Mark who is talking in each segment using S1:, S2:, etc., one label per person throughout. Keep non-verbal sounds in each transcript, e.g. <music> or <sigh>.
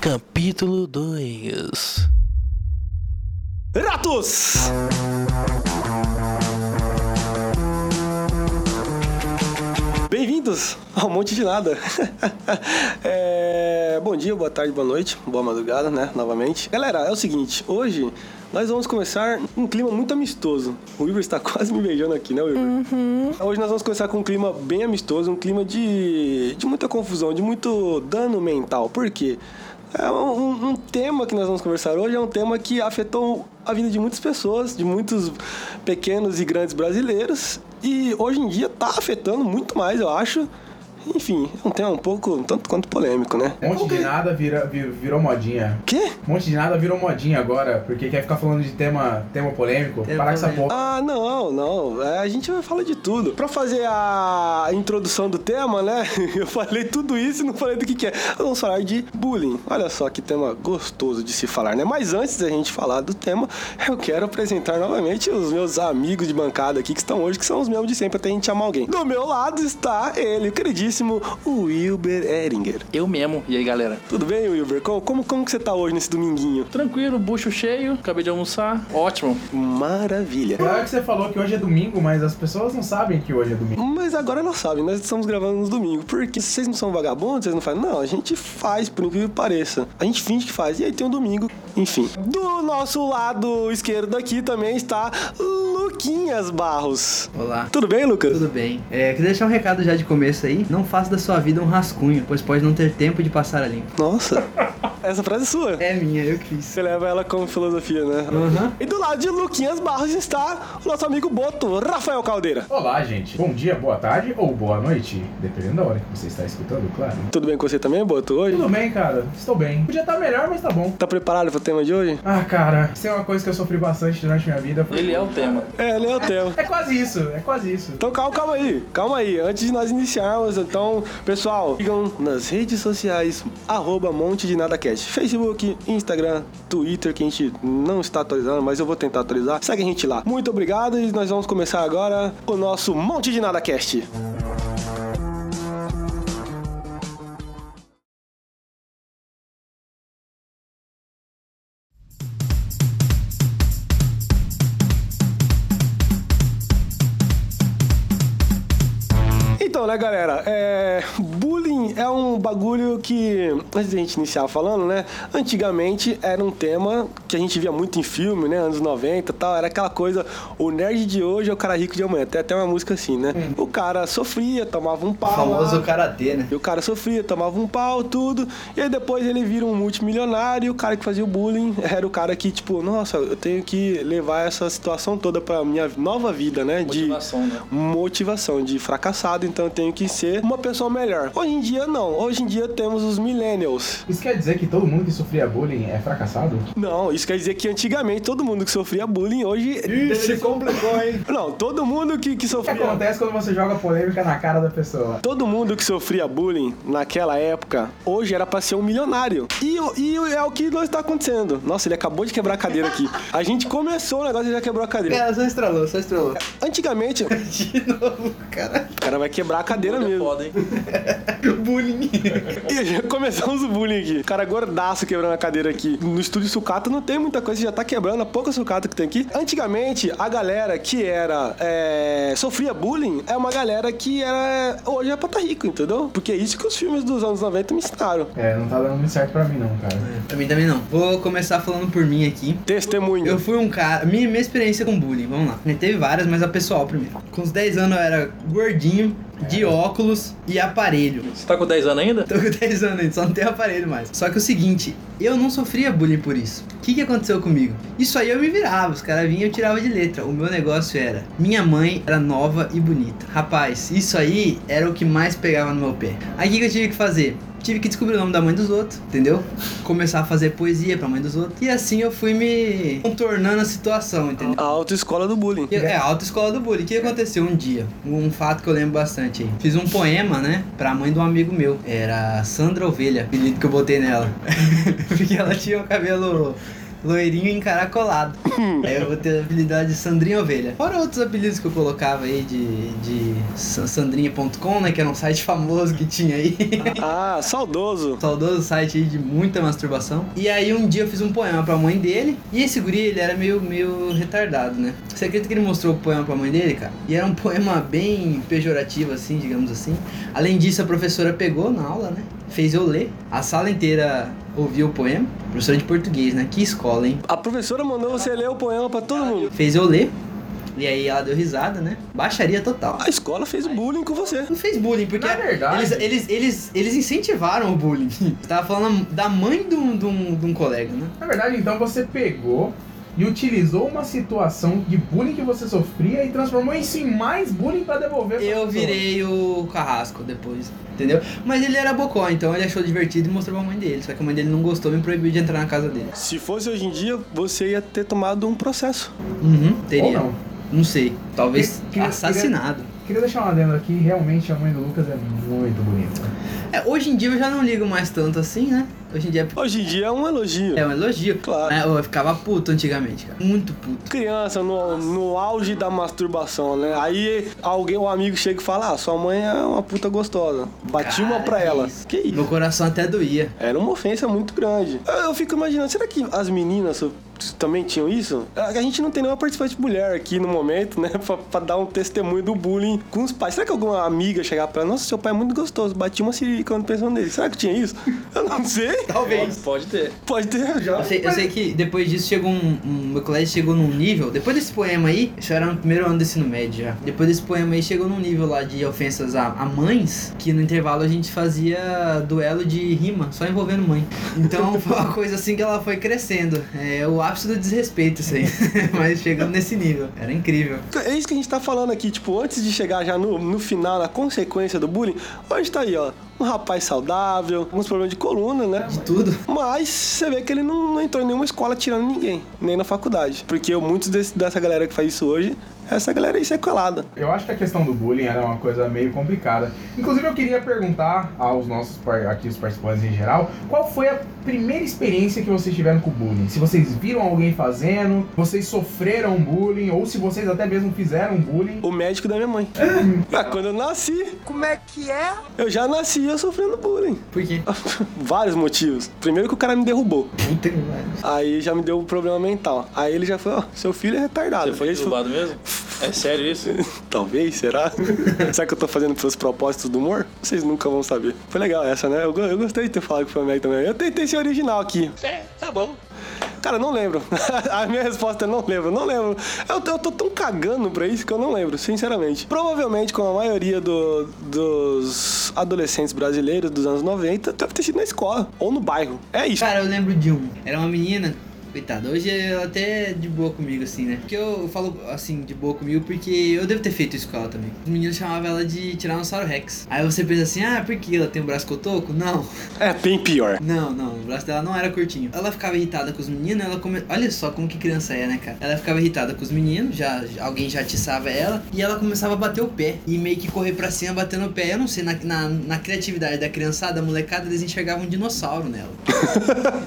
S1: capítulo 2.
S2: Ratos! Bem-vindos ao Monte de Nada. <laughs> É, Bom dia, boa tarde, boa noite, boa madrugada, né? Novamente. Galera, é o seguinte, hoje nós vamos começar um clima muito amistoso. O Wilber está <laughs> quase me beijando aqui, né, Wilber? Hoje nós vamos começar com um clima bem amistoso, um clima de, de muita confusão, de muito dano mental. Por quê? É um, um tema que nós vamos conversar hoje é um tema que afetou a vida de muitas pessoas, de muitos pequenos e grandes brasileiros. E hoje em dia tá afetando muito mais, eu acho. Enfim, é um tema um pouco, tanto quanto polêmico, né?
S3: É, Um Monte de nada vira, vi- virou modinha. Um
S2: Quê?
S3: Monte de nada virou modinha agora, porque quer ficar falando de tema, tema polêmico.
S4: Tema
S3: Parar com essa
S4: polêmico.
S3: porra.
S2: Ah, não, não. É, a gente vai falar de tudo. Pra fazer a introdução do tema, né? <laughs> Eu falei tudo isso e não falei do que, que é. Vamos falar de bullying. Olha só que tema gostoso de se falar, né? Mas antes da gente falar do tema, eu quero apresentar novamente os meus amigos de bancada aqui que estão hoje, que são os mesmos de sempre, até a gente chamar alguém. Do meu lado está ele, o queridíssimo Wilber Eringer.
S1: Eu mesmo. E aí, galera?
S2: Tudo bem, Wilber? Como, como, como que você tá hoje nesse dominguinho?
S1: Tranquilo, bucho cheio, acabei de almoçar. Ótimo.
S2: Maravilha.
S3: Claro que você falou que hoje é domingo, mas as pessoas não sabem que hoje é domingo.
S2: Mas agora não sabem, nós estamos gravando nos domingos. Porque vocês não são vagabundos, vocês não fazem. Não, a gente faz, por incrível que pareça. A gente finge que faz. E aí tem um domingo, enfim. Do nosso lado esquerdo aqui também está Luquinhas Barros.
S4: Olá.
S2: Tudo bem, Lucas?
S4: Tudo bem. É, queria deixar um recado já de começo aí. Não faça da sua vida um rascunho, pois pode não ter tempo de passar a limpo.
S2: Nossa, essa frase é sua.
S4: É minha, eu que fiz.
S2: Você leva ela como filosofia, né?
S4: Aham.
S2: E do lado de Luquinhas Barros está o nosso amigo Boto, Rafael Caldeira.
S3: Olá, gente. Bom dia, boa tarde ou boa noite. Dependendo da hora que você está escutando, claro.
S2: Tudo bem com você também, Boto, hoje?
S3: Tudo bem, cara. Estou bem. Podia estar melhor, mas tá bom.
S2: Tá preparado pro tema de hoje?
S3: Ah, cara, isso é uma coisa que eu sofri bastante durante minha vida. foi-
S1: Ele é o tema.
S2: É, ele é o tema.
S3: É quase isso, é quase isso.
S2: Então calma, calma aí, calma aí. Antes de nós iniciarmos, então, pessoal, sigam nas redes sociais, arroba Monte de Nada Cast. Facebook, Instagram, Twitter, que a gente não está atualizando, mas eu vou tentar atualizar. Segue a gente lá. Muito obrigado e nós vamos começar agora o nosso Monte de Nada Cast. Então, né, galera? É... Bullying é um bagulho que, antes da gente iniciar falando, né? Antigamente era um tema que a gente via muito em filme, né? Anos 90 e tal. Era aquela coisa, o nerd de hoje é o cara rico de amanhã. Tem até uma música assim, né? O cara sofria, tomava um pau.
S4: O
S2: lá.
S4: famoso karatê, né?
S2: E o cara sofria, tomava um pau, tudo. E aí depois ele vira um multimilionário e o cara que fazia o bullying <laughs> era o cara que, tipo, nossa, eu tenho que levar essa situação toda pra minha nova vida, né?
S1: Motivação,
S2: de
S1: né?
S2: motivação, de fracassado, então eu tenho que ser uma pessoa melhor. Hoje em dia não, hoje em dia temos os millennials.
S3: Isso quer dizer que todo mundo que sofria bullying é fracassado?
S2: Não, isso quer dizer que antigamente todo mundo que sofria bullying hoje.
S3: complicou, hein?
S2: Não, todo mundo que, que
S3: O que
S2: sofria.
S3: acontece quando você joga polêmica na cara da pessoa?
S2: Todo mundo que sofria bullying naquela época, hoje era pra ser um milionário. E, o- e o- é o que nós tá acontecendo. Nossa, ele acabou de quebrar a cadeira aqui. A gente começou o negócio e já quebrou a cadeira.
S4: Cara, É, só estralou, só estralou.
S2: Antigamente, o
S4: De novo, cara.
S2: cara vai quebrar a cadeira
S1: É
S2: mesmo.
S1: foda, hein?
S4: Bullying.
S2: E já começamos o bullying aqui. O cara gordaço quebrando a cadeira aqui. No estúdio sucata não tem muita coisa, já tá quebrando a pouca sucata que tem aqui. Antigamente, a galera que era. é, sofria bullying é uma galera que era. Hoje é pra tá rico, entendeu? Porque é isso que os filmes dos anos 90 me ensinaram.
S3: É, não tá dando muito certo pra mim não, cara.
S4: Pra É, mim também não. Vou começar falando por mim aqui.
S2: Testemunho.
S4: Eu fui um cara. Minha, minha experiência com bullying, vamos lá. Teve várias, mas a pessoal primeiro. Com os 10 anos eu era gordinho, de óculos e aparelho.
S1: Você tá com 10 anos ainda?
S4: Tô com <laughs> 10 anos ainda, só não tenho aparelho mais. Só que é o seguinte, eu não sofria bullying por isso. O que, que aconteceu comigo? Isso aí eu me virava, os caras vinham e eu tirava de letra. O meu negócio era, minha mãe era nova e bonita. Rapaz, isso aí era o que mais pegava no meu pé. Aí o que, que eu tive que fazer? Tive que descobrir o nome da mãe dos outros, entendeu? Começar a fazer poesia pra mãe dos outros. E assim eu fui me contornando a situação, entendeu?
S2: A autoescola do bullying.
S4: E- É, a autoescola do bullying. O que aconteceu um dia? Um fato que eu lembro bastante aí. Fiz um poema, né? Pra mãe de um amigo meu. <laughs> Era Sandra Ovelha, apelido que eu botei nela. Porque ela tinha o cabelo loirinho encaracolado. aí eu vou ter o apelidado de Sandrinha Ovelha. Fora outros apelidos que eu colocava aí de, de san- sandrinha.com, né? Que era um site famoso que tinha aí. <laughs>
S2: Ah, saudoso.
S4: Saudoso site aí de muita masturbação. E aí um dia eu fiz um poema pra mãe dele. E esse guri, ele era meio, meio retardado, né? Você acredita que ele mostrou o poema pra mãe dele, cara? E era um poema bem pejorativo, assim, digamos assim. Além disso, a professora pegou na aula, né? Fez eu ler. A sala inteira ouviu o poema. Professora de português, né? Que escola, hein?
S2: A professora mandou você ler o poema pra todo mundo.
S4: Fez eu ler. E aí ela deu risada, né? Baixaria total.
S2: A escola fez bullying com você.
S4: Não fez bullying, porque
S3: Na verdade-
S4: eles, eles, eles, eles incentivaram o bullying. <laughs> Você tava falando da mãe de um, de um, de um colega, né?
S3: Na verdade, então você pegou e utilizou uma situação de bullying que você sofria e transformou isso em mais bullying pra devolver. pra
S4: Eu
S3: pessoa.
S4: virei
S2: então.
S4: o carrasco depois, entendeu? Mas ele era bocó, então ele achou divertido e mostrou pra mãe dele. Só que a mãe dele não gostou e me proibiu de entrar na casa dele.
S2: Se fosse hoje em dia, você ia ter tomado um processo.
S4: Uhum,
S3: Ou
S4: teria.
S3: não.
S4: Não sei. Talvez
S3: Que- que-
S4: assassinado.
S3: Queria deixar uma adendo aqui, realmente a mãe do Lucas é muito bonita.
S4: É, hoje em dia eu já não ligo mais tanto assim, né? Hoje em dia
S2: Hoje em dia é um elogio.
S4: é um elogio.
S2: Claro.
S4: Mas Eu ficava puto antigamente, cara. Muito puto.
S2: Criança, no, no auge da masturbação, né? Aí alguém, um amigo chega e fala: Ah, sua mãe é uma puta gostosa. Bati uma
S4: Cara,
S2: pra
S4: que
S2: ela.
S4: isso.
S2: Que isso?
S4: Meu coração até doía.
S2: Era uma ofensa muito grande. Eu, eu fico imaginando, será que as meninas so- também tinham isso? A, a gente não tem nenhuma participante mulher aqui no momento, né? <laughs> Pra, pra dar um testemunho do bullying com os pais. Será que alguma amiga chegar pra ela, nossa, seu pai é muito gostoso, bati uma sirica quando pensou nele. Será que tinha isso? Eu não <laughs> sei.
S1: Talvez. Pode, ter.
S2: Pode ter.
S4: Eu sei, eu sei que depois disso chegou um, um- Meu colégio chegou num nível. Depois desse poema aí, isso era no primeiro ano do ensino médio já. Depois desse poema aí chegou num nível lá de ofensas a, a mães, que no intervalo a gente fazia duelo de rima, só envolvendo mãe. Então <laughs> foi uma coisa assim que ela foi crescendo. É o ápice do desrespeito isso aí. <laughs> Mas chegando nesse nível. Era incrível.
S2: É isso que a gente tá falando aqui, tipo, antes de chegar já no, no final, na consequência do bullying, hoje tá aí, ó, um rapaz saudável, alguns problemas de coluna, né?
S4: De tudo.
S2: Mas você vê que ele não, não entrou em nenhuma escola tirando ninguém, nem na faculdade. Porque muitos desse- dessa galera que faz isso hoje, essa galera aí sequelada.
S3: Eu acho que a questão do bullying era uma coisa meio complicada. Inclusive, eu queria perguntar aos nossos par- aqui, os participantes em geral, qual foi a primeira experiência que vocês tiveram com o bullying? Se vocês viram alguém fazendo, vocês sofreram bullying, ou se vocês até mesmo fizeram bullying.
S2: O médico da minha mãe. ah, quando eu nasci. Como é que é? Eu já nasci eu sofrendo bullying. <laughs>
S4: Por quê?
S2: Vários motivos. Primeiro que o cara me derrubou.
S4: Puta que pariu.
S2: Aí já me deu um problema mental. Aí ele já falou, ó, seu filho é retardado.
S1: Você foi
S2: Esse
S1: derrubado mesmo? É sério isso?
S2: <laughs> Talvez, será? será que eu tô fazendo pelos propósitos do humor? Vocês nunca vão saber. Foi legal essa, né? Eu, go- eu gostei de ter falado que foi o Mac também. Eu tentei ser original aqui. É, tá bom. Cara, eu não lembro. <laughs> A minha resposta é não lembro, não lembro. Eu, tô- eu tô tão cagando pra isso que eu não lembro, sinceramente. Provavelmente, como a maioria do- dos adolescentes brasileiros dos anos 90, deve ter sido na escola ou no bairro. É isso.
S4: Cara, eu lembro de um. Era uma menina. Coitada, hoje ela até é de boa comigo, assim, né? Porque eu falo, assim, de boa comigo porque eu devo ter feito isso com ela também. Os meninos chamavam ela de Tiranossauro Rex. Aí você pensa assim, ah, por que ela tem um braço cotoco? Não,
S2: É bem pior.
S4: não, não, o braço dela não era curtinho. Ela ficava irritada com os meninos, ela come... Olha só como que criança é, né, cara? Ela ficava irritada com os meninos, já já- alguém já atiçava ela, e ela começava a bater o pé. E meio que correr pra cima, batendo o pé. Eu não sei, na, na, na criatividade da criançada, a molecada, eles enxergavam um dinossauro <laughs> nela.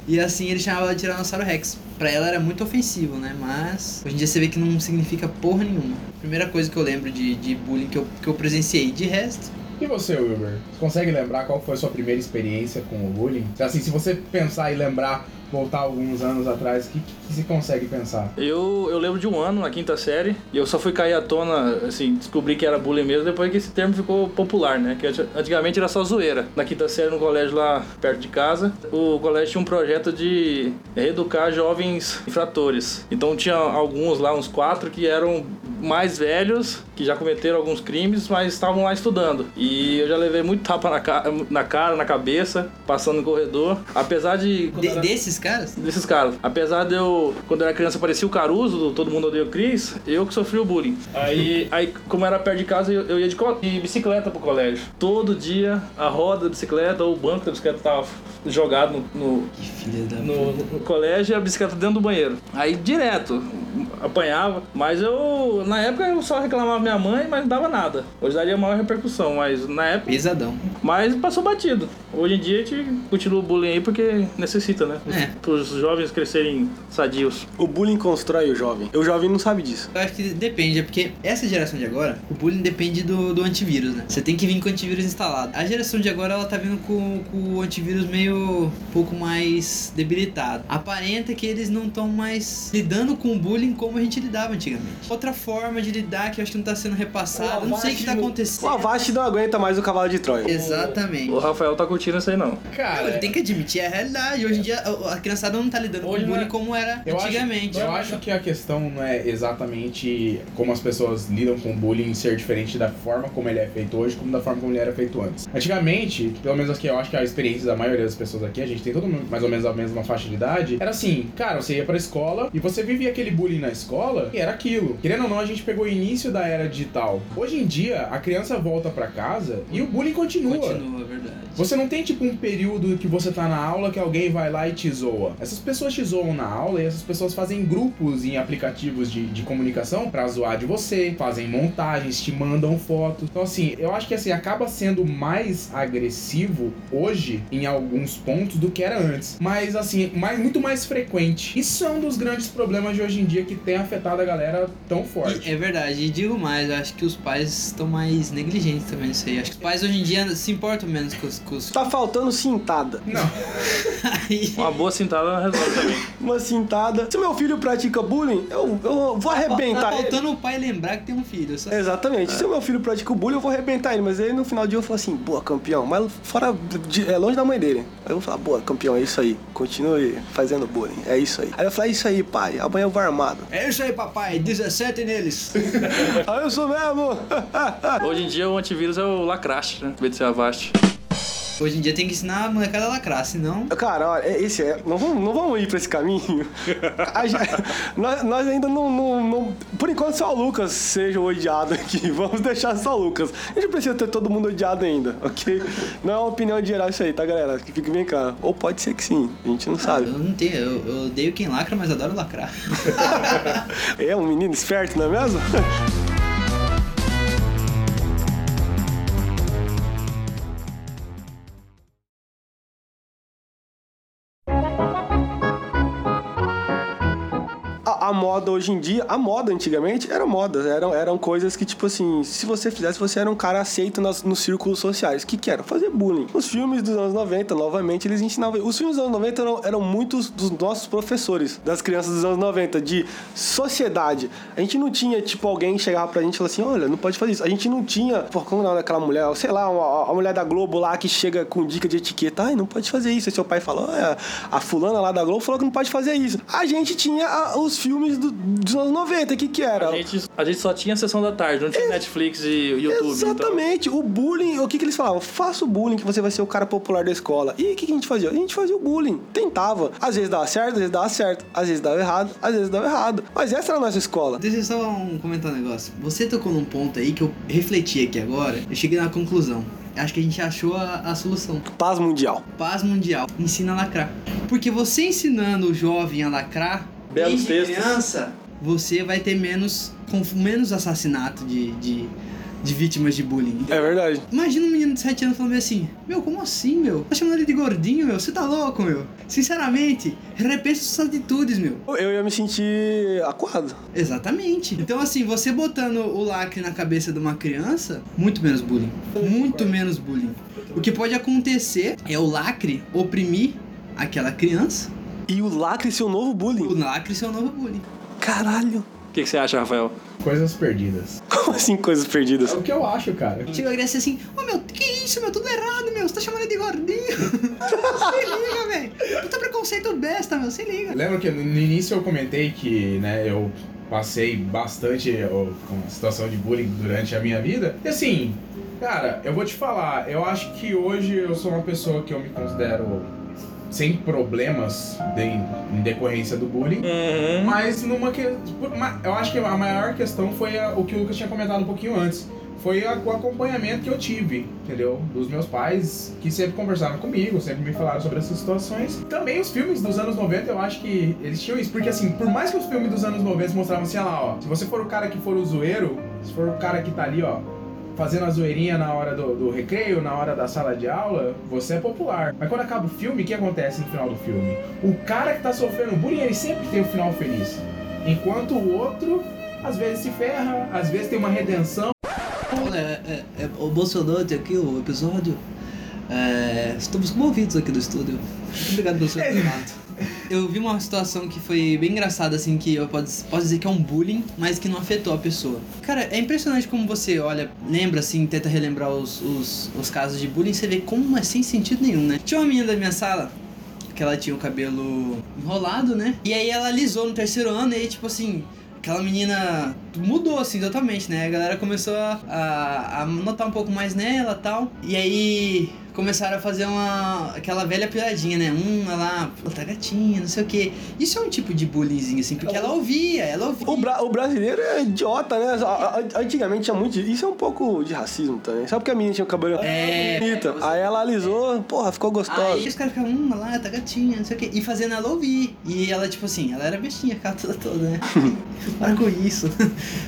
S4: e assim ele chamava ela de Tiranossauro Rex. Pra ela era muito ofensivo, né? Mas hoje em dia você vê que não significa porra nenhuma. Primeira coisa que eu lembro de, de bullying que eu, que eu presenciei. De resto,
S3: E você, Wilber? Você consegue lembrar qual foi a sua primeira experiência com o bullying? Assim, se você pensar e lembrar, voltar alguns anos atrás, o que, que, que se consegue pensar?
S1: Eu, eu lembro de um ano na quinta série e eu só fui cair à tona, assim, descobri que era bullying mesmo depois que esse termo ficou popular, né? Que anti- antigamente era só zoeira. Na quinta série, no colégio lá perto de casa, o colégio tinha um projeto de reeducar jovens infratores. Então tinha alguns lá, uns quatro, que eram mais velhos, que já cometeram alguns crimes, mas estavam lá estudando. E eu já levei muito tapa na, ca na cara, na cabeça, passando no corredor. Apesar de. quando
S4: de-
S1: era-
S4: desses caras.
S1: desses caras. Apesar de eu, quando eu era criança, parecia o Caruso, do Todo Mundo Odeia o Cris, eu que sofri o bullying. Aí, aí como era perto de casa, eu, eu ia de, co- de bicicleta pro colégio. Todo dia, a roda da bicicleta ou o banco da bicicleta tava jogado no- no,
S4: Que filha da
S1: no, no colégio e a bicicleta dentro do banheiro. Aí direto apanhava, mas eu na época eu só reclamava minha mãe, mas não dava nada. Hoje daria maior repercussão, mas na época
S4: Pesadão.
S1: Mas passou batido. Hoje em dia a gente continua o bullying aí porque necessita, né?
S4: É.
S1: Para os jovens crescerem sadios.
S2: O bullying constrói o jovem. O jovem não sabe disso.
S4: Eu acho que depende, é porque essa geração de agora, o bullying depende do, do antivírus, né? Você tem que vir com o antivírus instalado. A geração de agora, ela tá vindo com, com o antivírus meio um pouco mais debilitado. Aparenta que eles não estão mais lidando com o bullying como a gente lidava antigamente. Outra forma de lidar que eu acho que não tá sendo repassada, eu não sei o que tá
S2: O
S4: acontecendo.
S2: Avast não aguenta mais o cavalo de Troia.
S4: Exatamente.
S1: O Rafael tá curtindo isso aí não.
S4: Não,
S3: Cara,
S4: ele tem que admitir é a realidade. Hoje em dia, a a criançada não tá lidando com
S3: Hoje
S4: o
S3: não
S4: bullying
S3: é.
S4: como era
S3: eu
S4: antigamente.
S3: Acho, eu acho que a questão não é exatamente como as pessoas lidam com o bullying ser diferente da forma como ele é feito hoje, como da forma como ele era feito antes. Antigamente, pelo menos aqui, eu acho que é a experiência da maioria das pessoas aqui, a gente tem todo mundo mais ou menos a mesma faixa de idade, era assim, cara, você ia pra escola e você vivia aquele bullying na escola e era aquilo. Querendo ou não, a gente pegou o início da era digital. Hoje em dia, a criança volta pra casa e o bullying
S4: Continua, é verdade.
S3: você não tem, tipo, um período que você tá na aula que alguém vai lá e te zoa. Essas pessoas te zoam na aula e essas pessoas fazem grupos em aplicativos de, de comunicação pra zoar de você, fazem montagens, te mandam fotos. Então, assim, eu acho que assim, acaba sendo mais agressivo hoje em alguns pontos do que era antes. Mas, assim, mais, muito mais frequente. Isso é um dos grandes problemas de hoje em dia que tem afetado a galera tão forte.
S4: E é verdade, e digo mais, eu acho que os pais estão mais negligentes também nisso aí. Acho que os pais hoje em dia se importam menos com os. Com os...
S2: Tá faltando cintada.
S3: Não,
S4: Aí,
S1: Uma boa cintada resolve também.
S2: Uma cintada. Se meu filho pratica bullying, eu, eu vou
S4: tá
S2: arrebentar ele.
S4: faltando o pai lembrar que tem um filho. Só...
S2: Exatamente. Se o meu filho pratica o bullying, eu vou arrebentar ele. Mas aí no final do dia eu falo assim, boa, campeão. Mas fora, de- é longe da mãe dele. Aí eu vou falar, boa, campeão, é isso aí. Continue fazendo bullying, é isso aí. Aí eu falo, é isso aí, pai. Amanhã eu vou armado.
S4: É isso aí, papai, 17 neles.
S2: aí eu sou mesmo.
S1: <laughs> Hoje em dia o antivírus é o lacraste, né? Em vez de ser Avast.
S4: <laughs> hoje em dia tem que ensinar a molecada a lacrar, senão.
S2: Cara, olha, é- esse é. Não vamos, não vamos ir pra esse caminho. A gen- <laughs> nós, nós ainda não, não- não- Por enquanto, só o Lucas seja o odiado aqui. <laughs> Vamos deixar só o Lucas. A gente não precisa ter todo mundo odiado ainda, ok? Não é uma opinião geral isso aí, tá, galera? Que Fique bem claro. Ou pode ser que sim, a gente não sabe.
S4: Eu Ah, não tenho, eu, eu odeio quem lacra, mas adoro <laughs> lacrar.
S2: É um menino esperto, não é mesmo? <laughs> A, a moda hoje em dia, a moda antigamente era moda, eram, eram coisas que, tipo assim, se você fizesse, você era um cara aceito nas, nos círculos sociais. O que, que era? Fazer bullying. Os filmes dos anos 90, novamente, eles ensinavam. Os filmes dos anos 90 eram, eram muitos dos nossos professores, das crianças dos anos 90, de sociedade. A gente não tinha, tipo, alguém chegar pra gente e falar assim: olha, não pode fazer isso. A gente não tinha, pô, como não, aquela mulher, sei lá, uma- a mulher da Globo lá que chega com dica de etiqueta, ai, não pode fazer isso. Aí seu pai falou, "Ah, a fulana lá da Globo falou que não pode fazer isso. A gente tinha a- os filmes do- dos anos 90, o que que era?
S1: A gente, a gente só tinha a sessão da tarde, não tinha Netflix e YouTube. então.
S2: Exatamente, o bullying, o que, que eles falavam? Faça o bullying que você vai ser o cara popular da escola. E o que, que a gente fazia? A gente fazia o bullying, tentava. Às vezes dava certo, às vezes dava certo, às vezes dava errado, às vezes dava errado. Mas essa era a nossa escola.
S4: Deixa eu só um, comentar um negócio. Você tocou num ponto aí que eu refleti aqui agora, eu cheguei na conclusão. Acho que a gente achou a- a solução.
S2: Paz mundial.
S4: paz mundial. Ensina a lacrar. Porque você ensinando o jovem a lacrar,
S1: Belos
S4: desde
S1: textos.
S4: criança, você vai ter menos, conf- menos assassinato de, de, de vítimas de bullying.
S2: É verdade.
S4: Imagina um menino de 7 anos falando assim, meu, como assim, meu? Tá chamando ele de gordinho, meu? Você tá louco, meu? Sinceramente, repensa suas atitudes, meu.
S2: Eu ia me sentir acuado.
S4: Exatamente. Então, assim, você botando o lacre na cabeça de uma criança, muito menos bullying. Muito menos bullying. O que pode acontecer é o lacre oprimir aquela criança.
S2: E o lacre ser o novo
S4: e O
S2: bullying.
S4: lacre ser o novo bullying.
S2: Caralho. <laughs>
S1: Então. O que, que você acha, Rafael?
S3: coisas perdidas.
S2: Como assim coisas
S3: É
S2: perdidas?
S3: o que eu acho, cara.
S4: Chega a criança assim, ô meu, que isso, meu? Tudo errado, meu. Você tá chamando ele de gordinho. <laughs> Se liga, velho. Puta preconceito besta, meu. Se liga.
S3: Lembra que no no início eu comentei que, né, eu passei bastante ó, com a situação de bullying durante a minha vida? E assim, cara, eu vou te falar, eu acho que hoje eu sou uma pessoa que eu me considero sem problemas de- em decorrência do bullying.
S1: Uhum.
S3: Mas numa que... por- ma- eu acho que a maior questão foi a- o que o Lucas tinha comentado um pouquinho antes. Foi a- o acompanhamento que eu tive, entendeu? Dos meus pais, que sempre conversaram comigo, sempre me falaram sobre essas situações. Também os filmes dos anos 90, eu acho que eles tinham isso. Porque assim, por mais que os filmes dos anos 90 mostravam assim, olha lá, ó. Se você for o cara que for o zoeiro, se for o cara que tá ali, ó, fazendo a zoeirinha na hora do, do recreio, na hora da sala de aula, você é popular. Mas quando acaba o filme, o que acontece no final do filme? O cara que tá sofrendo bullying, ele sempre tem um final feliz. Enquanto o outro, às vezes se ferra, às vezes tem uma redenção.
S4: Olha, é- é- é- o Bolsonaro tem aqui o episódio. É, estamos comovidos aqui do estúdio. Muito obrigado pelo seu relato. Eu vi uma situação que foi bem engraçada, assim, que eu posso, posso dizer que é um bullying, mas que não afetou a pessoa. Cara, é impressionante como você olha, lembra, assim, tenta relembrar os, os, os casos de bullying, você vê como é sem sentido nenhum, né? Tinha uma menina da minha sala, que ela tinha o cabelo enrolado, né? E aí ela alisou no terceiro ano e aí, tipo assim, aquela menina mudou assim totalmente, né? A galera começou a, a, a notar um pouco mais nela tal. E aí começaram a fazer uma aquela velha piadinha, né? Hum, olha lá, puta gatinha, não sei o quê. Isso é um tipo de bullying, assim, porque ela ouvia, ela ouvia.
S2: O, bra- o brasileiro é idiota, né? A- a- Antigamente tinha muito. Isso é um pouco de racismo também. Só porque a menina tinha o cabelo
S4: É,
S2: bonito.
S4: você-
S2: Aí ela alisou, porra, ficou gostosa.
S4: Aí os caras ficavam, hum, olha lá, tá gatinha, não sei o quê. E fazendo ela ouvir. E ela, tipo assim, ela era bestinha, aquela toda toda, né? Para com isso. <laughs>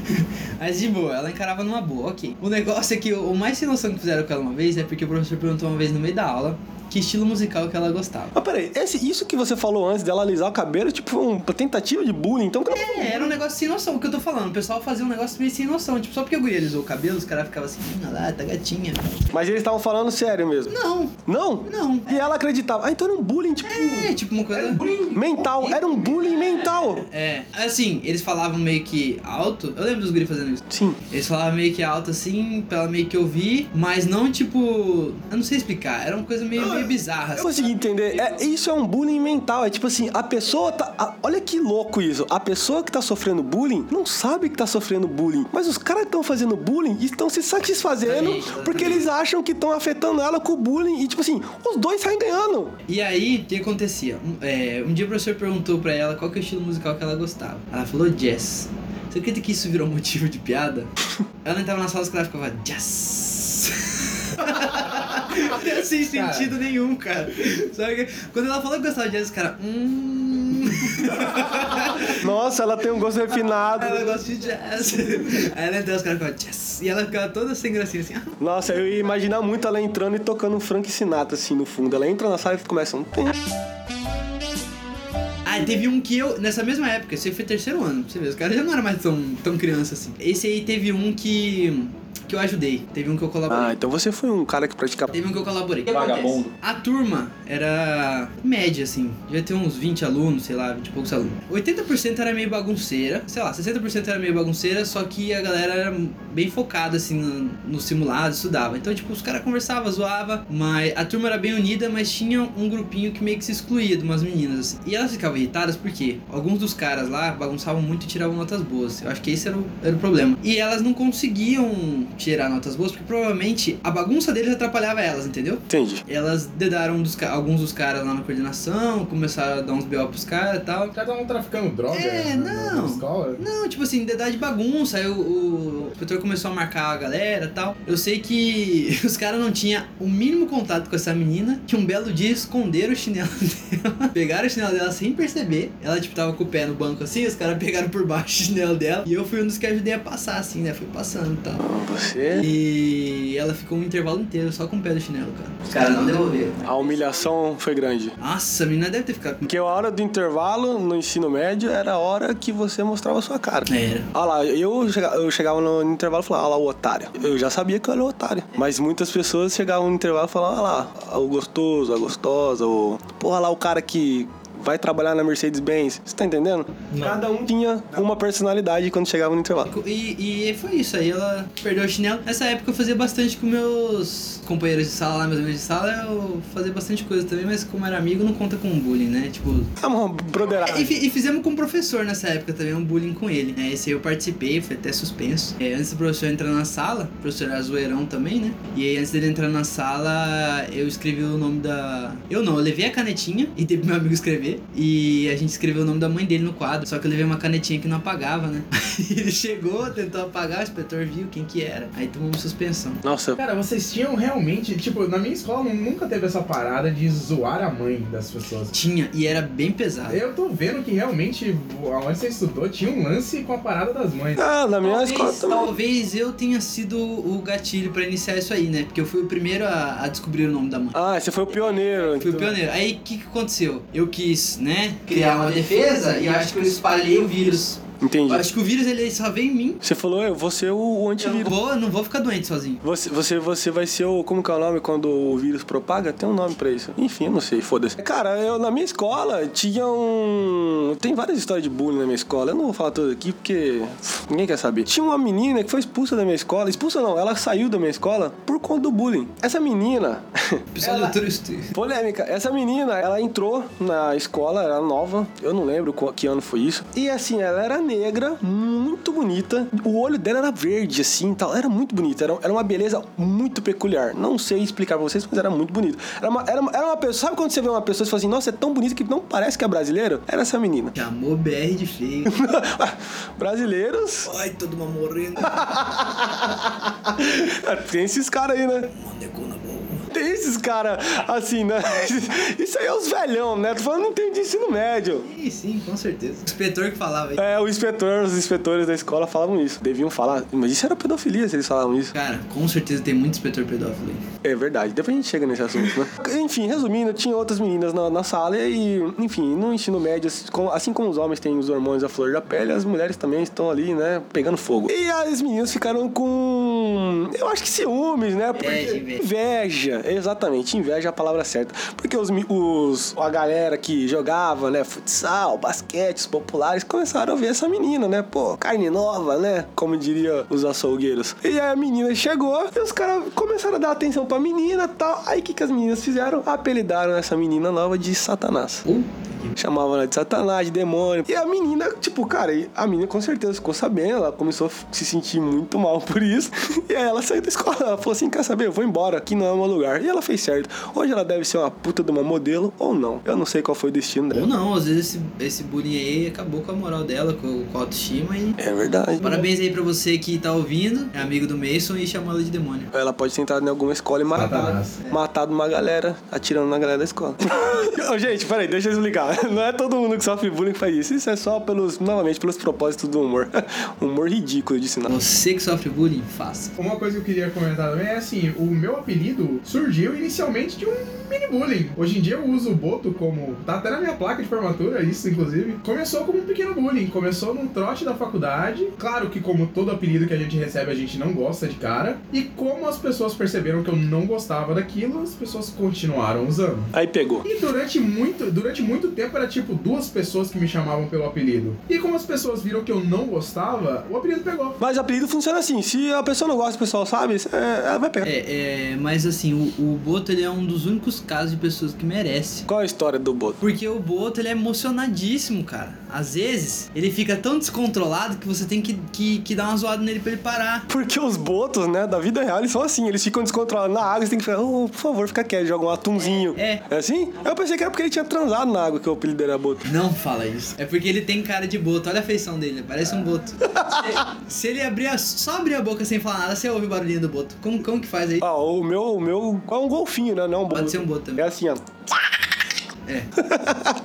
S4: Mas de boa, ela encarava numa boa, ok. O negócio é que o o mais sem noção que fizeram com ela uma vez é porque o professor perguntou uma vez no meio da aula que estilo musical que ela gostava.
S2: Mas peraí, esse- isso que você falou antes dela alisar o cabelo, tipo, foi uma tentativa de bullying, então. cara,
S4: É, era um negócio sem noção, o que eu tô falando. O pessoal fazia um negócio meio sem noção. Tipo, só porque a guria alisou o cabelo, os caras ficavam assim, hum, olha lá, tá gatinha.
S2: Mas eles estavam falando sério mesmo.
S4: Não,
S2: Não?
S4: não.
S2: E ela acreditava. Ah, então era um bullying, tipo,
S4: É, tipo uma coisa...
S2: mental. Era um bullying mental.
S4: É, assim, eles falavam meio que alto. Eu lembro dos guris fazendo isso.
S2: Sim.
S4: Eles falavam meio que alto assim, pra ela meio que ouvir, mas não tipo. Eu não sei explicar, era uma coisa meio, meio bizarra.
S2: Eu
S4: assim.
S2: consegui entender. É, isso é um bullying mental. É tipo assim, a pessoa tá. a- olha que louco isso. A pessoa que tá sofrendo bullying não sabe que tá sofrendo bullying. Mas os caras que estão fazendo bullying estão se satisfazendo
S4: Exatamente, exatamente.
S2: porque eles acham que estão afetando ela com o bullying. E tipo assim, os dois saem ganhando.
S4: E aí, o que acontecia? Um, é, um dia o professor perguntou pra ela qual que é o estilo musical que ela gostava. Ela falou jazz. Você acredita que isso virou motivo de
S2: <laughs>
S4: piada? ela entrava na sala e os caras ficavam jazz. Não sem
S3: Cara.
S4: sentido nenhum, cara. Só que quando ela falou que gostava de jazz, os caras.
S2: <laughs>
S4: Hum.
S2: Nossa, ela tem um gosto refinado.
S4: Ela gosta de jazz. Aí ela entrou, os caras ficavam jazz. E ela ficava toda sem gracinha assim. <laughs> "Ah,
S2: Nossa, eu ia imaginar muito ela entrando e tocando um Frank Sinatra assim no fundo. Ela entra na sala e começa um. pum.
S4: Ah, teve um que eu, nessa mesma época, esse aí foi terceiro ano, pra você ver, os caras já não eram mais tão, tão criança assim. Esse aí teve um que. que eu ajudei, teve um que eu colaborei.
S2: Ah, então você foi um cara que praticava.
S4: Teve um que eu colaborei. O que
S1: Vagabundo.
S4: acontece? A turma era média, assim. Devia ter uns 20 alunos, sei lá, 20 e poucos alunos. 80% era meio bagunceira, sei lá, 60% era meio bagunceira, só que a galera era bem focada, assim, no, no simulado, estudava. Então, tipo, os caras conversavam, zoava, mas a turma era bem unida, mas tinha um grupinho que meio que se excluía de umas meninas, assim. E elas ficavam irritadas porque alguns dos caras lá bagunçavam muito e tiravam notas boas. Eu acho que esse era o, era o problema. E elas não conseguiam tirar notas boas porque provavelmente a bagunça deles atrapalhava elas, entendeu?
S2: Entendi.
S4: Elas dedaram dos ca- alguns dos caras lá na coordenação, começaram a dar uns BO pros caras e tal.
S3: Cada um traficando droga
S4: É,
S3: na- na
S4: não.
S3: escola.
S4: Não, tipo assim, dedar de bagunça. Aí o, o inspetor começou a marcar a galera e tal. Eu sei que <laughs> os caras não tinham o mínimo contato com essa menina. Que um belo dia esconderam o chinelo <laughs> dela. Pegaram o chinelo dela sem perceber. Ela, tipo, tava com o pé no banco assim. Os caras pegaram por baixo o chinelo dela. E eu fui um dos que ajudei a passar, assim, né? Fui passando e tal. É.
S2: Você.
S4: E ela ficou um intervalo inteiro só com o pé do chinelo, cara. Os caras não devolveram.
S2: A humilhação foi grande.
S4: Nossa, a menina deve ter ficado com.
S2: Porque a hora do intervalo no ensino médio era a hora que você mostrava a sua cara.
S4: Era.
S2: Ah lá, eu, chega- eu chegava no intervalo e falava, ah lá, o otário. Eu já sabia que eu era o otário. Mas muitas pessoas chegavam no intervalo e falavam, ah lá, o gostoso, a gostosa, o. Porra lá, o cara que vai trabalhar na Mercedes-Benz. Você tá entendendo? Cada um tinha uma personalidade quando chegava no intervalo.
S4: E, e foi isso, aí ela perdeu o chinelo. Nessa época eu fazia bastante com meus companheiros de sala lá, meus amigos de sala, eu fazia bastante coisa também, mas como era amigo, não conta com bullying, né? Tipo.
S2: Ah, uma
S4: E,
S2: broderagem.
S4: fi- e fizemos com um professor nessa época também, um bullying com ele, né? Esse aí eu participei, fui até suspenso. É, antes do professor entrar na sala, o professor era zoeirão também, né? E aí antes dele entrar na sala, eu escrevi o nome da. Eu não, eu levei a canetinha e dei pro meu amigo escrever. E a gente escreveu o nome da mãe dele no quadro, só que eu levei uma canetinha que não apagava, né? <laughs> ele chegou, tentou apagar, o inspetor viu quem que era. Aí tomamos suspensão.
S2: Nossa,
S3: Cara, vocês tinham realmente, tipo, na minha escola nunca teve essa parada de zoar a mãe das pessoas.
S4: Tinha, e era bem pesado.
S3: Eu tô vendo que realmente, aonde você estudou, tinha um lance com a parada das mães.
S2: Ah, na minha escola
S4: Talvez,
S2: também.
S4: talvez eu tenha sido o gatilho pra iniciar isso aí, né? Porque eu fui o primeiro a, a descobrir o nome da mãe.
S2: Ah, você foi o pioneiro.
S4: Fui o
S2: então.
S4: pioneiro. Aí o que, que aconteceu? Eu quis, né? Tá. Criar uma defesa e acho que eu espalhei o vírus. Eu
S2: Entendi.
S4: acho que o vírus ele só vem em mim.
S2: Você falou, eu vou ser o, o
S4: Eu não
S2: antivírus.
S4: vou, eu não vou ficar doente sozinho.
S2: Você, você, você vai ser o. Como que é o nome quando o vírus propaga? Tem um nome pra isso. Enfim, eu não sei, foda-se. Cara, eu na minha escola tinha um. Tem várias histórias de bullying na minha escola. Eu não vou falar tudo aqui porque. pff, Ninguém quer saber. Tinha uma menina que foi expulsa da minha escola. Expulsa não, ela saiu da minha escola por conta do bullying. Essa menina. <laughs>
S4: Episódio triste.
S2: Polêmica. Essa menina, ela entrou na escola, era nova, eu não lembro qual, que ano foi isso. E assim, ela era negra, muito bonita. O olho dela era verde, assim e tal. Era muito bonita. Era, era uma beleza muito peculiar. Não sei explicar pra vocês, mas era muito bonita. Era uma, era, uma- era uma pessoa. Sabe quando você vê uma pessoa e fala assim, nossa, é tão bonita que não parece que é brasileira? Era essa menina. <laughs>
S4: Chamou BR de feio.
S2: Brasileiros.
S4: <laughs>
S2: <laughs>
S4: Ai, todo mundo morrendo.
S2: Tem esses caras aí, né?
S4: Mandecu na boca.
S2: Tem esses caras assim, né? <laughs> Isso aí é os velhão, né? Tô falando não tem de ensino médio.
S4: Sim, sim, com certeza. O inspetor que falava aí.
S2: É, o inspetor, os inspetores da escola falavam isso. Deviam falar. Mas isso era pedofilia se eles falavam isso.
S4: Cara, com certeza tem muito inspetor pedófilo aí.
S2: É verdade. Depois a gente chega nesse assunto, né? <laughs> enfim, resumindo, tinha outras meninas na, na sala e, enfim, no ensino médio, assim como- assim como os homens têm os hormônios à flor da pele, as mulheres também estão ali, né, pegando fogo. E as meninas ficaram com. Eu acho que ciúmes, né? Porque-
S4: Inveja, inveja.
S2: Inveja, exatamente, inveja é a palavra certa. Porque os, mi- os a galera que jogava, né, futsal, basquete, os populares, começaram a ver essa menina, né? Pô, carne nova, né? Como diria os açougueiros. E aí a menina chegou e os caras começaram a dar atenção pra menina e tal. Aí o que, que as meninas fizeram? Apelidaram essa menina nova de Satanás. Chamavam ela de satanás, de demônio. E a menina, tipo, cara, e a menina com certeza ficou sabendo, ela começou a f- se sentir muito mal <laughs> por isso. E aí ela saiu da escola, ela falou assim, quer saber, eu vou embora, aqui não é o meu lugar. E ela fez certo. Hoje ela deve ser uma puta de uma modelo ou não. Eu não sei qual foi o destino
S4: Ou
S2: dela.
S4: não, às vezes esse, esse bullying aí acabou com a moral dela, com, com a autoestima e.
S2: É verdade.
S4: Parabéns aí pra você que tá ouvindo, é amigo do Mason e chamou ela de demônio.
S2: Ela pode sentar em alguma escola e matar.
S3: Satanás.
S2: Matado uma galera, atirando na galera da escola. Ô, gente, peraí, deixa eu explicar. Não é todo mundo que sofre bullying que faz isso. Isso é só pelos, novamente, pelos propósitos do humor. <laughs> Humor ridículo de sinal.
S4: Você que sofre bullying, faça.
S3: Uma coisa que eu queria comentar também é assim, o meu apelido surgiu inicialmente de um mini bullying. Hoje em dia eu uso o Boto como. tá até na minha placa de formatura, isso inclusive. Começou como um pequeno bullying, começou num trote da faculdade. Claro que como todo apelido que a gente recebe, a gente não gosta de cara. E como as pessoas perceberam que eu não gostava daquilo, as pessoas continuaram usando.
S2: Aí pegou.
S3: E durante muito, durante muito tempo era tipo duas pessoas que me chamavam pelo apelido. E como as pessoas viram que eu não gostava, o apelido pegou.
S2: Mas apelido funciona assim, se a pessoa não gosta, o pessoal sabe, cê- ela vai pegar.
S4: É, é, mas assim, o, o Boto ele é um dos únicos casos de pessoas que merece.
S2: Qual a história do Boto?
S4: Porque o Boto ele é emocionadíssimo, cara. Às vezes ele fica tão descontrolado que você tem que, que, que dar uma zoada nele pra ele parar.
S2: Porque os botos, né, da vida real, eles são assim, eles ficam descontrolados na água, você tem que falar, "Ô, por favor, fica quieto, joga um atumzinho.
S4: É.
S2: É assim? Eu pensei que era porque ele tinha transado na água que o apelido era boto.
S4: Não fala isso. É porque ele tem cara de boto. Olha a feição dele, parece um boto. Se, se ele abrir a, só abrir a boca sem falar nada, você ouve o barulhinho do boto. Como, como que faz aí?
S2: Ó, o meu, o meu é um golfinho, né, não um boto.
S4: Pode ser um boto
S2: É
S4: também.
S2: assim, ó.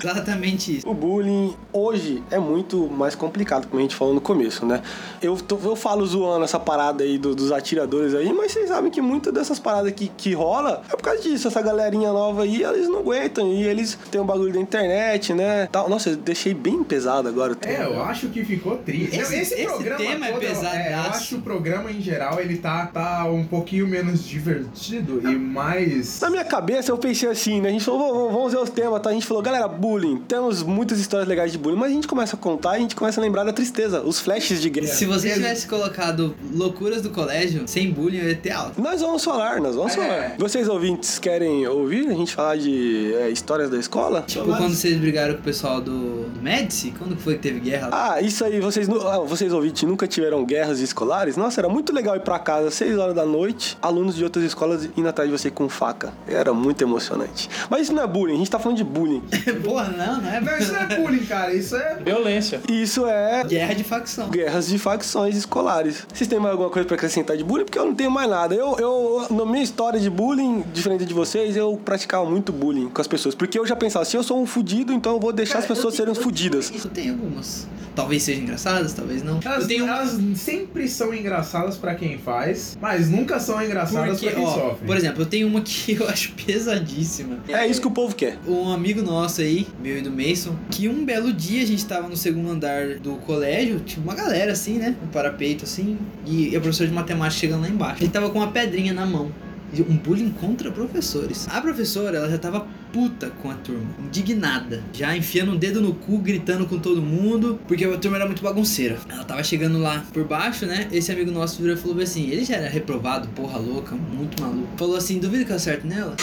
S4: Exatamente isso.
S2: O bullying hoje é muito mais complicado, como a gente falou no começo, né? Eu, tô- eu falo zoando essa parada aí do- dos atiradores aí, mas vocês sabem que muitas dessas paradas que, que rola é por causa disso. Essa galerinha nova aí, eles não aguentam. E eles têm o bagulho da internet, né? Tal. Nossa, eu deixei bem pesado agora. o tema.
S3: É, eu acho que ficou triste.
S4: Esse- esse tema é
S3: todo,
S4: pesadaço.
S3: É, eu acho que o programa em geral ele tá, tá um pouquinho menos divertido e mais.
S2: Na minha cabeça eu pensei assim, né? A gente falou, "Vamos- vamos, vamos ver os temas, tá? A gente falou, galera, bullying. Temos muitas histórias legais de bullying, mas a gente começa a contar e a gente começa a lembrar da tristeza, os flashes de guerra.
S4: Se você
S3: É.
S4: tivesse colocado loucuras do colégio, sem bullying, eu ia ter alto.
S2: Nós vamos falar, nós vamos
S3: É.
S2: falar. Vocês ouvintes querem ouvir a gente falar de é, histórias da escola?
S4: Tipo, quando vocês brigaram com o pessoal do, do Médici, quando que foi que teve guerra lá?
S2: Ah, isso aí, vocês, nu- ah, vocês ouvintes nunca tiveram guerras escolares? Nossa, era muito legal ir pra casa às 6 horas da noite, alunos de outras escolas indo atrás de você com faca. Era muito emocionante. Mas isso não é bullying, a gente tá falando de bullying.
S4: Porra, não, não é
S2: <laughs>
S3: Não, isso não é bullying, cara. Isso é.
S1: Violência.
S2: Isso é
S4: Guerra de facção.
S2: guerras de facções escolares. Vocês têm mais alguma coisa pra acrescentar de bullying? Porque eu não tenho mais nada. Eu, eu, na minha história de bullying, diferente de vocês, eu praticava muito bullying com as pessoas. Porque eu já pensava, se eu sou um fudido, então eu vou deixar as pessoas serem fudidas.
S4: Isso tem algumas. Talvez sejam engraçadas, talvez não.
S3: Elas,
S4: Eu tenho um uma
S3: elas sempre são engraçadas pra quem faz, mas nunca são engraçadas
S4: porque,
S3: pra quem
S4: ó,
S3: sofre.
S4: por exemplo, eu tenho uma que <laughs> eu acho pesadíssima.
S2: É isso que o povo quer.
S4: um amigo nosso aí, meu e do Mason, que um belo dia a gente tava no segundo andar do colégio, tipo uma galera assim, né? Um parapeito assim, e a professora de matemática chegando lá embaixo. Ele tava com uma pedrinha na mão. E Um bullying contra professores. A professora, ela já tava puta com a turma, indignada, já enfiando o dedo no cu, gritando com todo mundo, porque a turma era muito bagunceira. Ela tava chegando lá por baixo, né? Esse amigo nosso virou e falou assim: ele já era reprovado, porra louca, muito maluco. Falou assim: duvido que eu acerte nela?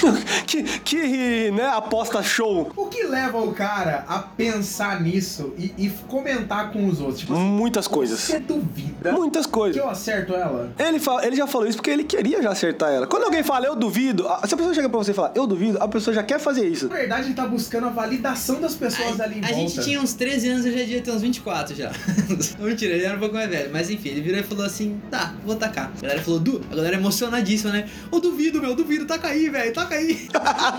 S2: Que, que né, aposta show.
S3: O que leva o cara a pensar nisso e, e comentar com os outros? Tipo,
S2: Muitas
S3: você
S2: coisas.
S3: duvida
S2: Muitas
S3: que
S2: coisas.
S3: eu acerto ela?
S2: Ele, fala- ele já falou isso porque ele queria já acertar ela. Quando alguém fala, eu duvido, a- se a pessoa chega pra você e falar, eu duvido, a pessoa já quer fazer isso.
S3: Na verdade, ele tá buscando a validação das pessoas ali em
S4: A
S3: volta.
S4: gente tinha uns 13 anos, eu já devia ter uns 24 já. <laughs> Não, Mentira, ele era um pouco mais velho. Mas enfim, ele virou e falou assim: tá, vou tacar. A galera falou, Du, a galera emocionadíssima, né? Ô, duvido, meu, duvido, taca aí, velho,
S3: <laughs>
S4: taca aí.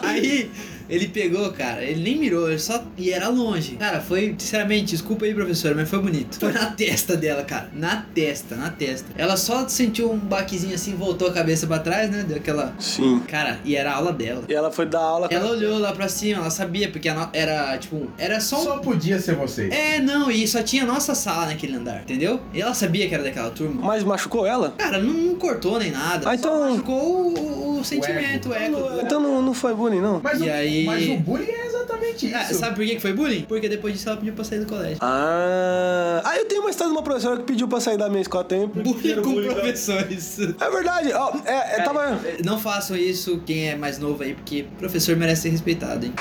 S4: aí. Ele pegou, cara, ele nem mirou, ele só. E era longe. Cara, foi, sinceramente, desculpa aí, professor, mas foi bonito. Foi na testa dela, cara. Na testa, na testa. Ela só sentiu um baquezinho assim, voltou a cabeça pra trás, né? Deu aquela.
S2: Sim.
S4: Cara, e era a aula dela.
S2: E ela foi dar aula.
S4: Ela olhou lá pra cima, ela sabia, porque a no- era, tipo, era só um
S3: Só podia ser você.
S4: é, não, e só tinha nossa sala naquele andar, entendeu? E ela sabia que era daquela turma.
S2: Mas machucou ela?
S4: Cara, não, não cortou nem nada.
S2: Ah,
S4: Só
S2: então-
S4: machucou o, o- o sentimento, o eco. do-
S2: Então não, não foi bullying, não.
S3: Mas,
S4: E
S3: o,
S4: aí-
S3: mas o bullying é exatamente isso.
S4: Ah, sabe por que que foi bullying? Porque depois disso ela pediu pra sair do colégio.
S2: Ah, ah, eu tenho uma história de uma professora que pediu pra sair da minha escola tempo.
S4: Bullying com professores.
S2: É verdade, ó, é, é, tava.
S4: Não façam isso quem é mais novo aí, porque professor merece ser respeitado, hein?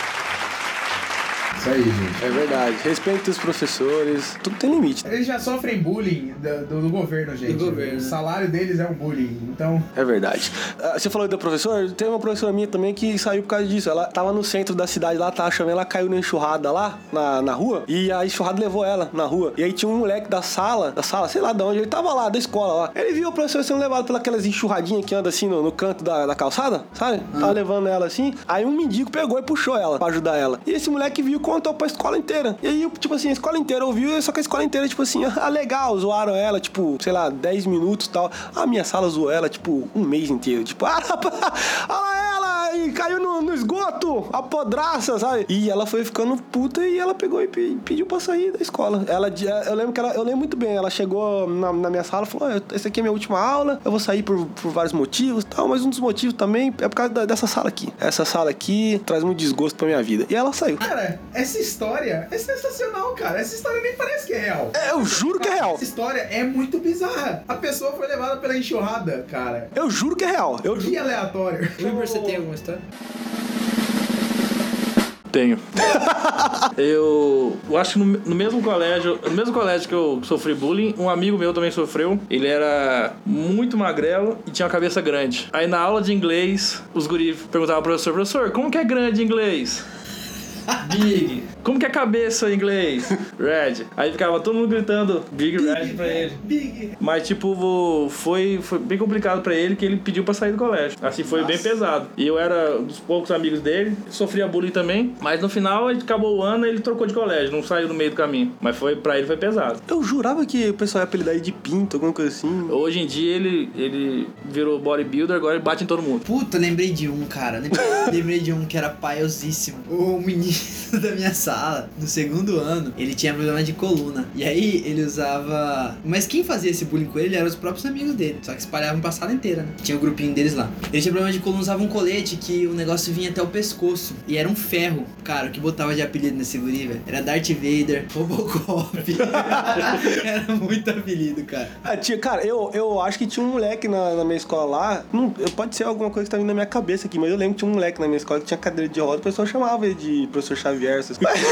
S3: Isso aí, gente.
S2: É verdade, respeito os professores, tudo tem limite.
S3: Eles já sofrem bullying do, do- do governo, gente.
S4: Do governo. né?
S3: O salário deles é um bullying. Então,
S2: É verdade. Ah, Você falou da professora, tem uma professora minha também que saiu por causa disso. Ela tava no centro da cidade lá, tava chovendo, ela caiu na enxurrada lá, na, na rua, e a enxurrada levou ela na rua. E aí tinha um moleque da sala, da sala, sei lá de onde, ele tava lá, da escola lá. Ele viu a professora sendo levada pelas enxurradinhas que anda assim no, no canto da, da calçada, sabe? Tava levando ela assim. Aí um mendigo pegou e puxou ela pra ajudar ela. E esse moleque viu e contou pra escola inteira. E aí, tipo assim, a escola inteira ouviu, só que a escola inteira, tipo assim, ah, legal, zoaram ela, tipo, sei lá, 10 minutos e tal. A minha sala zoou ela, tipo, um mês inteiro. Tipo, <laughs> ah, olha ela, e caiu no, no esgoto, a podraça, sabe? E ela foi ficando puta e ela pegou e pe- pediu pra sair da escola. Ela, di- eu lembro que ela, eu lembro muito bem, ela chegou na, na minha sala e falou, "Ó, essa aqui é minha última aula, eu vou sair por, por vários motivos e tal, mas um dos motivos também é por causa da- dessa sala aqui. Essa sala aqui traz muito desgosto pra minha vida. E ela saiu.
S3: cara, essa história é sensacional, cara. Essa história nem parece que é real.
S2: É, Eu juro que é real.
S3: Essa história é muito bizarra. A pessoa foi levada pela enxurrada, cara.
S2: Eu juro que é real. Eu,
S3: Que aleatório.
S4: Wilber, você tem tá? alguma história?
S1: Tenho. <laughs> eu, eu acho que no, no mesmo colégio, no mesmo colégio que eu sofri bullying, um amigo meu também sofreu. Ele era muito magrelo e tinha uma cabeça grande. Aí na aula de inglês, os guris perguntavam pro professor, professor, como que é grande em <laughs> inglês? Big. Como que é cabeça em <laughs> inglês? Red. Aí ficava todo mundo gritando Big Red pra ele.
S4: Big.
S1: Mas, tipo, vo- foi, foi bem complicado pra ele que ele pediu pra sair do colégio. Assim, foi bem pesado. E eu era um dos poucos amigos dele, sofria bullying também. Mas no final, ele acabou o ano e ele trocou de colégio, não saiu no meio do caminho. Mas foi pra ele foi pesado.
S2: eu jurava que o pessoal ia apelidar ele de pinto, alguma coisa assim.
S1: Hoje em dia, ele, ele virou bodybuilder, agora ele bate em todo mundo.
S4: Puta, lembrei de um, cara. Lem- Lembrei de um que era paiosíssimo. O menino <laughs> da minha sala, no segundo ano, ele tinha problema de coluna. E aí ele usava. Mas quem fazia esse bullying com ele eram os próprios amigos dele. Só que espalhavam pra sala inteira, né? Tinha o grupinho deles lá. Ele tinha problema de coluna, usava um colete que o negócio vinha até o pescoço. E era um ferro. Cara, o que botava de apelido nesse guri, velho? Era Darth Vader, Robocop. <laughs> era muito apelido, cara.
S2: Ah, tinha, cara, eu, eu acho que tinha um moleque na, na minha escola lá. Não, eu- pode ser alguma coisa que tá vindo na minha cabeça aqui, mas eu lembro <laughs> que tinha um moleque na minha escola que tinha cadeira de roda, o pessoal chamava ele de professor Xavier, essas coisas.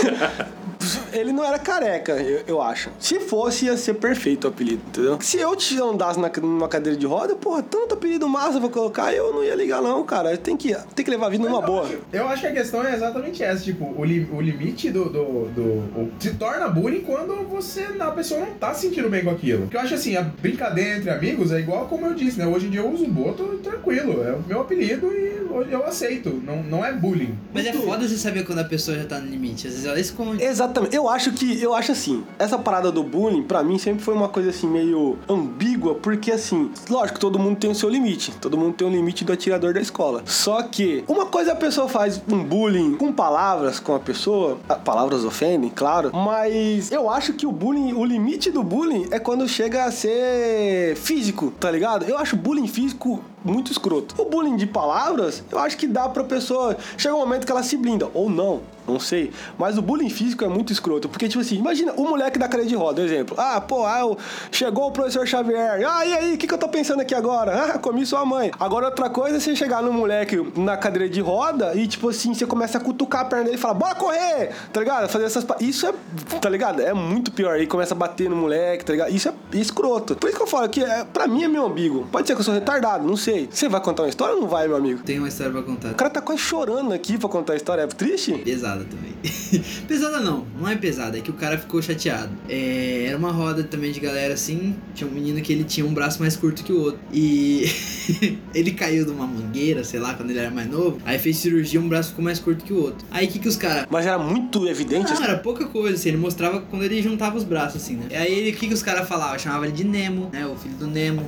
S2: Ele não era careca, eu, eu acho. Se fosse, ia ser perfeito o apelido, entendeu? Se eu te andasse na, numa cadeira de roda, porra, tanto apelido massa pra colocar, eu não ia ligar, não, cara. Tem que, tem que levar a vida numa boa.
S3: Eu acho que a questão é exatamente essa, tipo, o, li- o limite do, do, do- o- se torna bullying quando você, a pessoa não tá se sentindo bem com aquilo. Porque eu acho assim, a brincadeira entre amigos é igual como eu disse, né? Hoje em dia eu uso um boto tranquilo, é o meu apelido e eu- eu aceito, não, não é bullying.
S4: Mas é foda você saber quando a pessoa já tá no limite. Às vezes ela esconde.
S2: Exatamente. Eu acho que eu acho assim, essa parada do bullying pra mim sempre foi uma coisa assim meio ambígua, porque assim, lógico, todo mundo tem o seu limite, todo mundo tem o limite do atirador da escola. Só que uma coisa a pessoa faz um bullying com palavras com a pessoa, ah, palavras ofendem, claro, mas eu acho que o bullying, o limite do bullying é quando chega a ser físico, tá ligado? Eu acho bullying físico muito escroto. O bullying de palavras, eu acho que dá pra pessoa. Chega um momento que ela se blinda, ou não, não sei. Mas o bullying físico é muito escroto. Porque, tipo assim, imagina o moleque da cadeira de roda, um exemplo. Ah, pô, ah, eu- chegou o professor Xavier. Ah, e aí, o que, que eu tô pensando aqui agora? Ah, comi sua mãe. Agora, outra coisa é você chegar no moleque na cadeira de roda e, tipo assim, você começa a cutucar a perna dele e fala, bora correr, tá ligado? Fazer essas. pa- Isso é, tá ligado? É muito pior. Aí começa a bater no moleque, tá ligado? Isso é escroto. Por isso que eu falo que, é, pra mim, é meu amigo. Pode ser que eu sou retardado, não sei. Você vai contar uma história ou não vai, meu amigo?
S4: Tem uma história pra contar.
S2: O cara tá quase chorando aqui pra contar a história. É triste?
S4: Pesada também. <laughs> pesada não, não é pesada, é que o cara ficou chateado. É, era uma roda também de galera assim. Tinha um menino que ele tinha um braço mais curto que o outro. E <laughs> ele caiu de uma mangueira, sei lá, quando ele era mais novo. Aí fez cirurgia, um braço ficou mais curto que o outro. Aí o que, que os caras.
S2: Mas era muito evidente.
S4: <laughs> Não, era pouca coisa, assim, ele mostrava quando ele juntava os braços, assim, né? E aí, ele- o que, que os caras falavam? Chamava ele de Nemo, né? O filho do Nemo.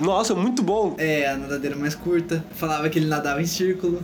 S2: Nossa, muito bom.
S4: É, a nadadeira mais curta. Falava que ele nadava em círculo.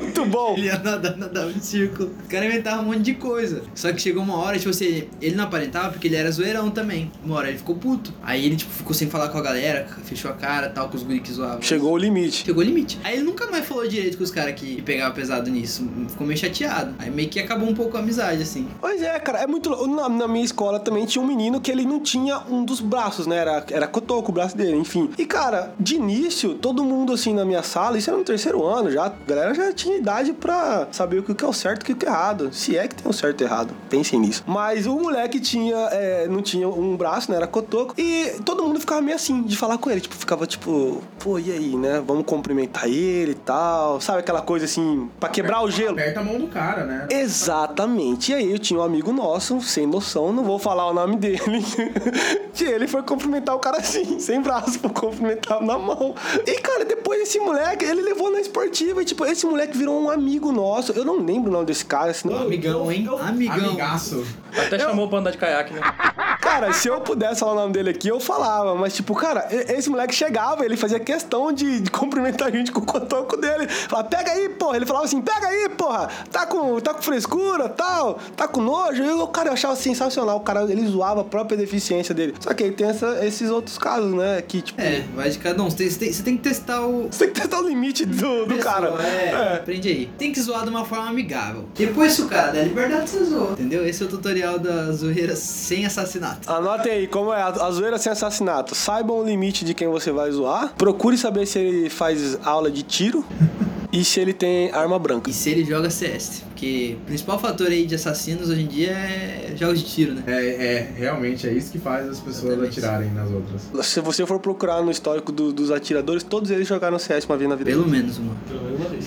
S2: Muito bom.
S4: Ele ia nadar, nadava em círculo. O cara inventava um monte de coisa. Só que chegou uma hora, tipo assim, ele não aparentava porque ele era zoeirão também. Uma hora ele ficou puto. Aí ele, tipo, ficou sem falar com a galera, fechou a cara tal, com os guri que zoavam.
S2: Chegou o limite.
S4: Chegou o limite. Aí ele nunca mais falou direito com os caras que pegavam pesado nisso. Ficou meio chateado. Aí meio que acabou um pouco a amizade, assim.
S2: Pois é, cara, é muito lou- na, na minha escola também tinha um menino que ele não tinha um dos braços, né? Era, era cotoco o braço dele, enfim. E, cara, de início, todo mundo assim na minha sala, isso era no terceiro ano já, a galera já tinha idade pra saber o que que é o certo e o que que é o errado. Se é que tem o certo e o errado, pensem nisso. Mas o moleque tinha, é, não tinha um braço, né? Era cotoco. E todo mundo ficava meio assim de falar com ele. Tipo, ficava tipo, pô, e aí, né? Vamos cumprimentar ele e tal. Sabe aquela coisa assim, pra quebrar o gelo?
S3: Aperta a mão do cara, né?
S2: Exatamente. E aí eu tinha um amigo nosso, sem noção, não vou falar o nome dele. <laughs> que ele foi cumprimentar o cara assim, <laughs> sem braço, foi cumprimentar na mão. E, cara, depois esse moleque, ele levou na esportiva. E, tipo, esse moleque virou um amigo nosso. Eu não lembro o nome desse cara, senão.
S4: Amigão, hein? Amigão.
S3: Amigaço.
S1: Até chamou pra andar de caiaque, né?
S2: Cara, se eu pudesse falar o nome dele aqui, eu falava. Mas, tipo, cara, e- esse moleque chegava, ele fazia questão de, de cumprimentar a gente com o cotoco dele. Falava, pega aí, porra. Ele falava assim, pega aí, porra. Tá com, tá com frescura, tal. Tá com nojo. E o cara eu achava sensacional. O cara, ele zoava a própria deficiência dele. Só que aí tem essa- esses outros casos, né? Que, tipo... <laughs>
S4: É, vai de cada um. Você tem, você tem- você tem que testar o.
S2: Você tem que testar o limite do, do
S4: pessoa,
S2: cara.
S4: é, aprende aí. Tem que zoar de uma forma amigável. Depois, se o cara der liberdade, você zoa. Entendeu? Esse é o tutorial da zoeira sem assassinato.
S2: Anotem aí como é a, a zoeira sem assassinato. Saibam o limite de quem você vai zoar. Procure saber se ele faz aula de tiro e se ele tem arma branca.
S4: E se ele joga CS, porque o principal fator aí de assassinos hoje em dia é jogos de tiro, né?
S3: É, é, realmente é isso que faz as pessoas
S4: Exatamente.
S3: atirarem nas outras.
S2: Se você for procurar no histórico do- dos atiradores, todos eles jogaram CS uma vez na vida.
S4: Pelo menos uma.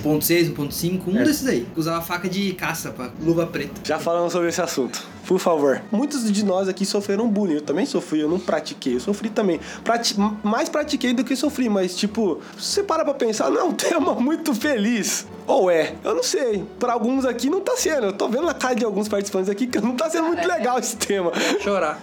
S4: 1.6, 1.5, um
S3: É.
S4: desses aí. Usava faca de caça, pra luva preta.
S2: Já falamos sobre esse assunto. Por favor. Muitos de nós aqui sofreram bullying. Eu também sofri, eu não pratiquei. Eu sofri também. Prati- mais pratiquei do que sofri, mas tipo, se você para pra pensar, não <laughs> é um tema muito feliz. Ou é? Eu não sei. Pra alguns aqui não tá sendo. Eu tô vendo na cara de alguns participantes aqui que não tá sendo muito legal esse tema.
S1: Chorar.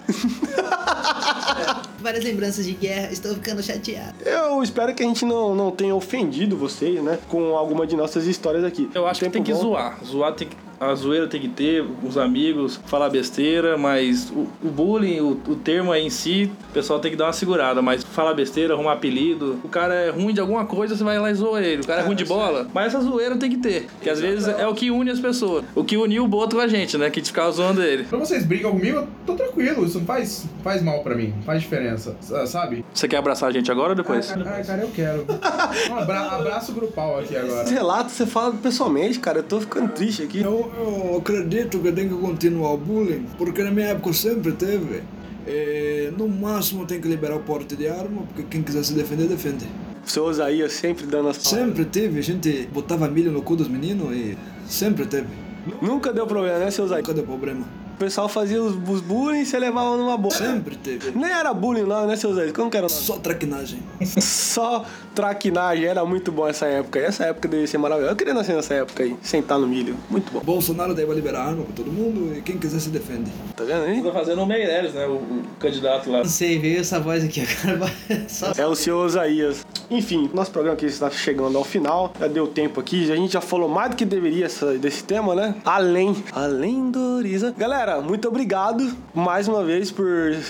S4: Várias lembranças de guerra, estou ficando chateado.
S2: Eu espero que a gente não, não tenha ofendido vocês, né? Com alguma de nossas histórias aqui.
S1: Eu acho que
S2: Tempo
S1: tem que
S2: bom.
S1: zoar. Zoar tem que. A zoeira tem que ter, os amigos, falar besteira, mas o, o bullying, o, o termo aí em si, o pessoal tem que dar uma segurada, mas falar besteira, arrumar apelido, o cara é ruim de alguma coisa, você vai lá e zoa ele, o cara é ruim de bola, mas essa zoeira tem que ter, que às vezes é o que une as pessoas, o que uniu o Boto com a gente, né, que a gente ficava zoando ele.
S3: Quando vocês brigam comigo, eu tô tranquilo, isso não faz, não faz mal pra mim, não faz diferença, sa- sabe?
S1: Você quer abraçar a gente agora ou depois?
S3: Ah, cara, cara, eu quero. Um abra- abraço grupal aqui agora.
S2: Esses relatos você fala pessoalmente, cara. Eu tô ficando triste aqui.
S3: Eu,
S5: eu acredito que tem que continuar o bullying, porque na minha época sempre teve. É, no máximo tem que liberar o porte de arma, porque quem quiser se defender, defende.
S2: O seu Osaías sempre dando as palavras.
S5: Sempre teve, a gente botava milho no cu dos meninos e sempre teve.
S2: Nunca deu problema, né, seu Osaías?
S5: Nunca deu problema.
S2: O pessoal fazia os, os bullying e você levava numa boa.
S5: Sempre teve.
S2: Nem era bullying não, né, seu Osaías? Como que era o nome?
S5: Só traquinagem.
S2: Só traquinagem, era muito bom essa época. Essa época devia ser maravilhosa. Eu queria nascer nessa época aí, sentar no milho. Muito bom.
S5: Bolsonaro daí vai liberar arma pra todo mundo e quem quiser se defende.
S2: Tá vendo aí?
S1: Tá fazendo o Meirelles, né? O, o candidato lá.
S4: Não sei, veio essa voz aqui <laughs> agora. Só...
S2: É o seu Osaías. Enfim, nosso programa aqui está chegando ao final. Já deu tempo aqui. A gente já falou mais do que deveria essa- desse tema, né? Além. Além do Orisa. Galera, muito obrigado mais uma vez por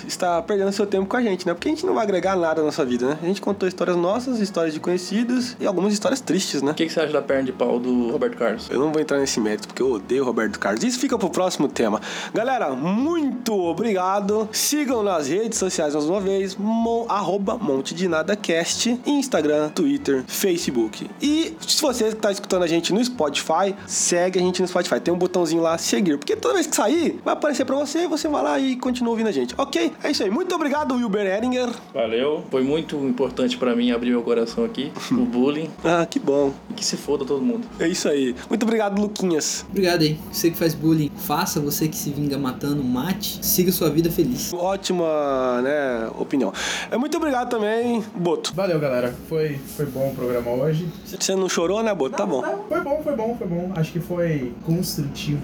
S2: estar perdendo seu tempo com a gente, né? Porque a gente não vai agregar nada na nossa vida, né? A gente contou histórias nossas, histórias de conhecidos e algumas histórias tristes, né?
S1: O que, que você acha da perna de pau do Roberto Carlos?
S2: Eu não vou entrar nesse mérito, porque eu odeio o Roberto Carlos. Isso fica pro próximo tema. Galera, muito obrigado. Sigam nas redes sociais mais uma vez, mon, arroba Monte de Nada Cast, Instagram, Twitter, Facebook. E se você que tá escutando a gente no Spotify, segue a gente no Spotify. Tem um botãozinho lá, seguir. Porque toda vez que sair, vai aparecer pra você e você vai lá e continua ouvindo a gente. Ok? É isso aí. Muito obrigado, Wilber Eringer.
S1: Valeu. Foi muito importante pra mim abrir meu coração aqui. o bullying.
S2: Ah, que bom.
S1: E que se foda todo mundo.
S2: É isso aí. Muito obrigado, Luquinhas.
S4: Obrigado aí. Você que faz bullying, faça. Você que se vinga matando, mate. Siga sua vida feliz.
S2: Ótima, né, opinião. É muito obrigado também, Boto.
S3: Valeu, galera. Foi, foi bom o programa hoje.
S2: Você não chorou, né, Boto? Tá bom.
S3: Foi bom, foi bom, foi bom. Acho que foi construtivo.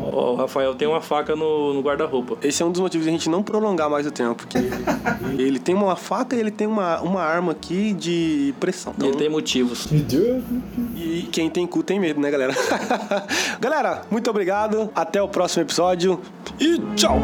S1: Ó, o Rafael tem uma faca no, no guarda-roupa.
S2: Esse é um dos motivos de a gente não prolongar mais o tempo, porque ele, ele tem uma faca e ele tem uma, uma arma aqui de pressão.
S1: E
S2: Então,
S1: ele tem motivos.
S2: E quem tem cu tem medo, né, galera? <laughs> galera, muito obrigado. Até o próximo episódio e tchau!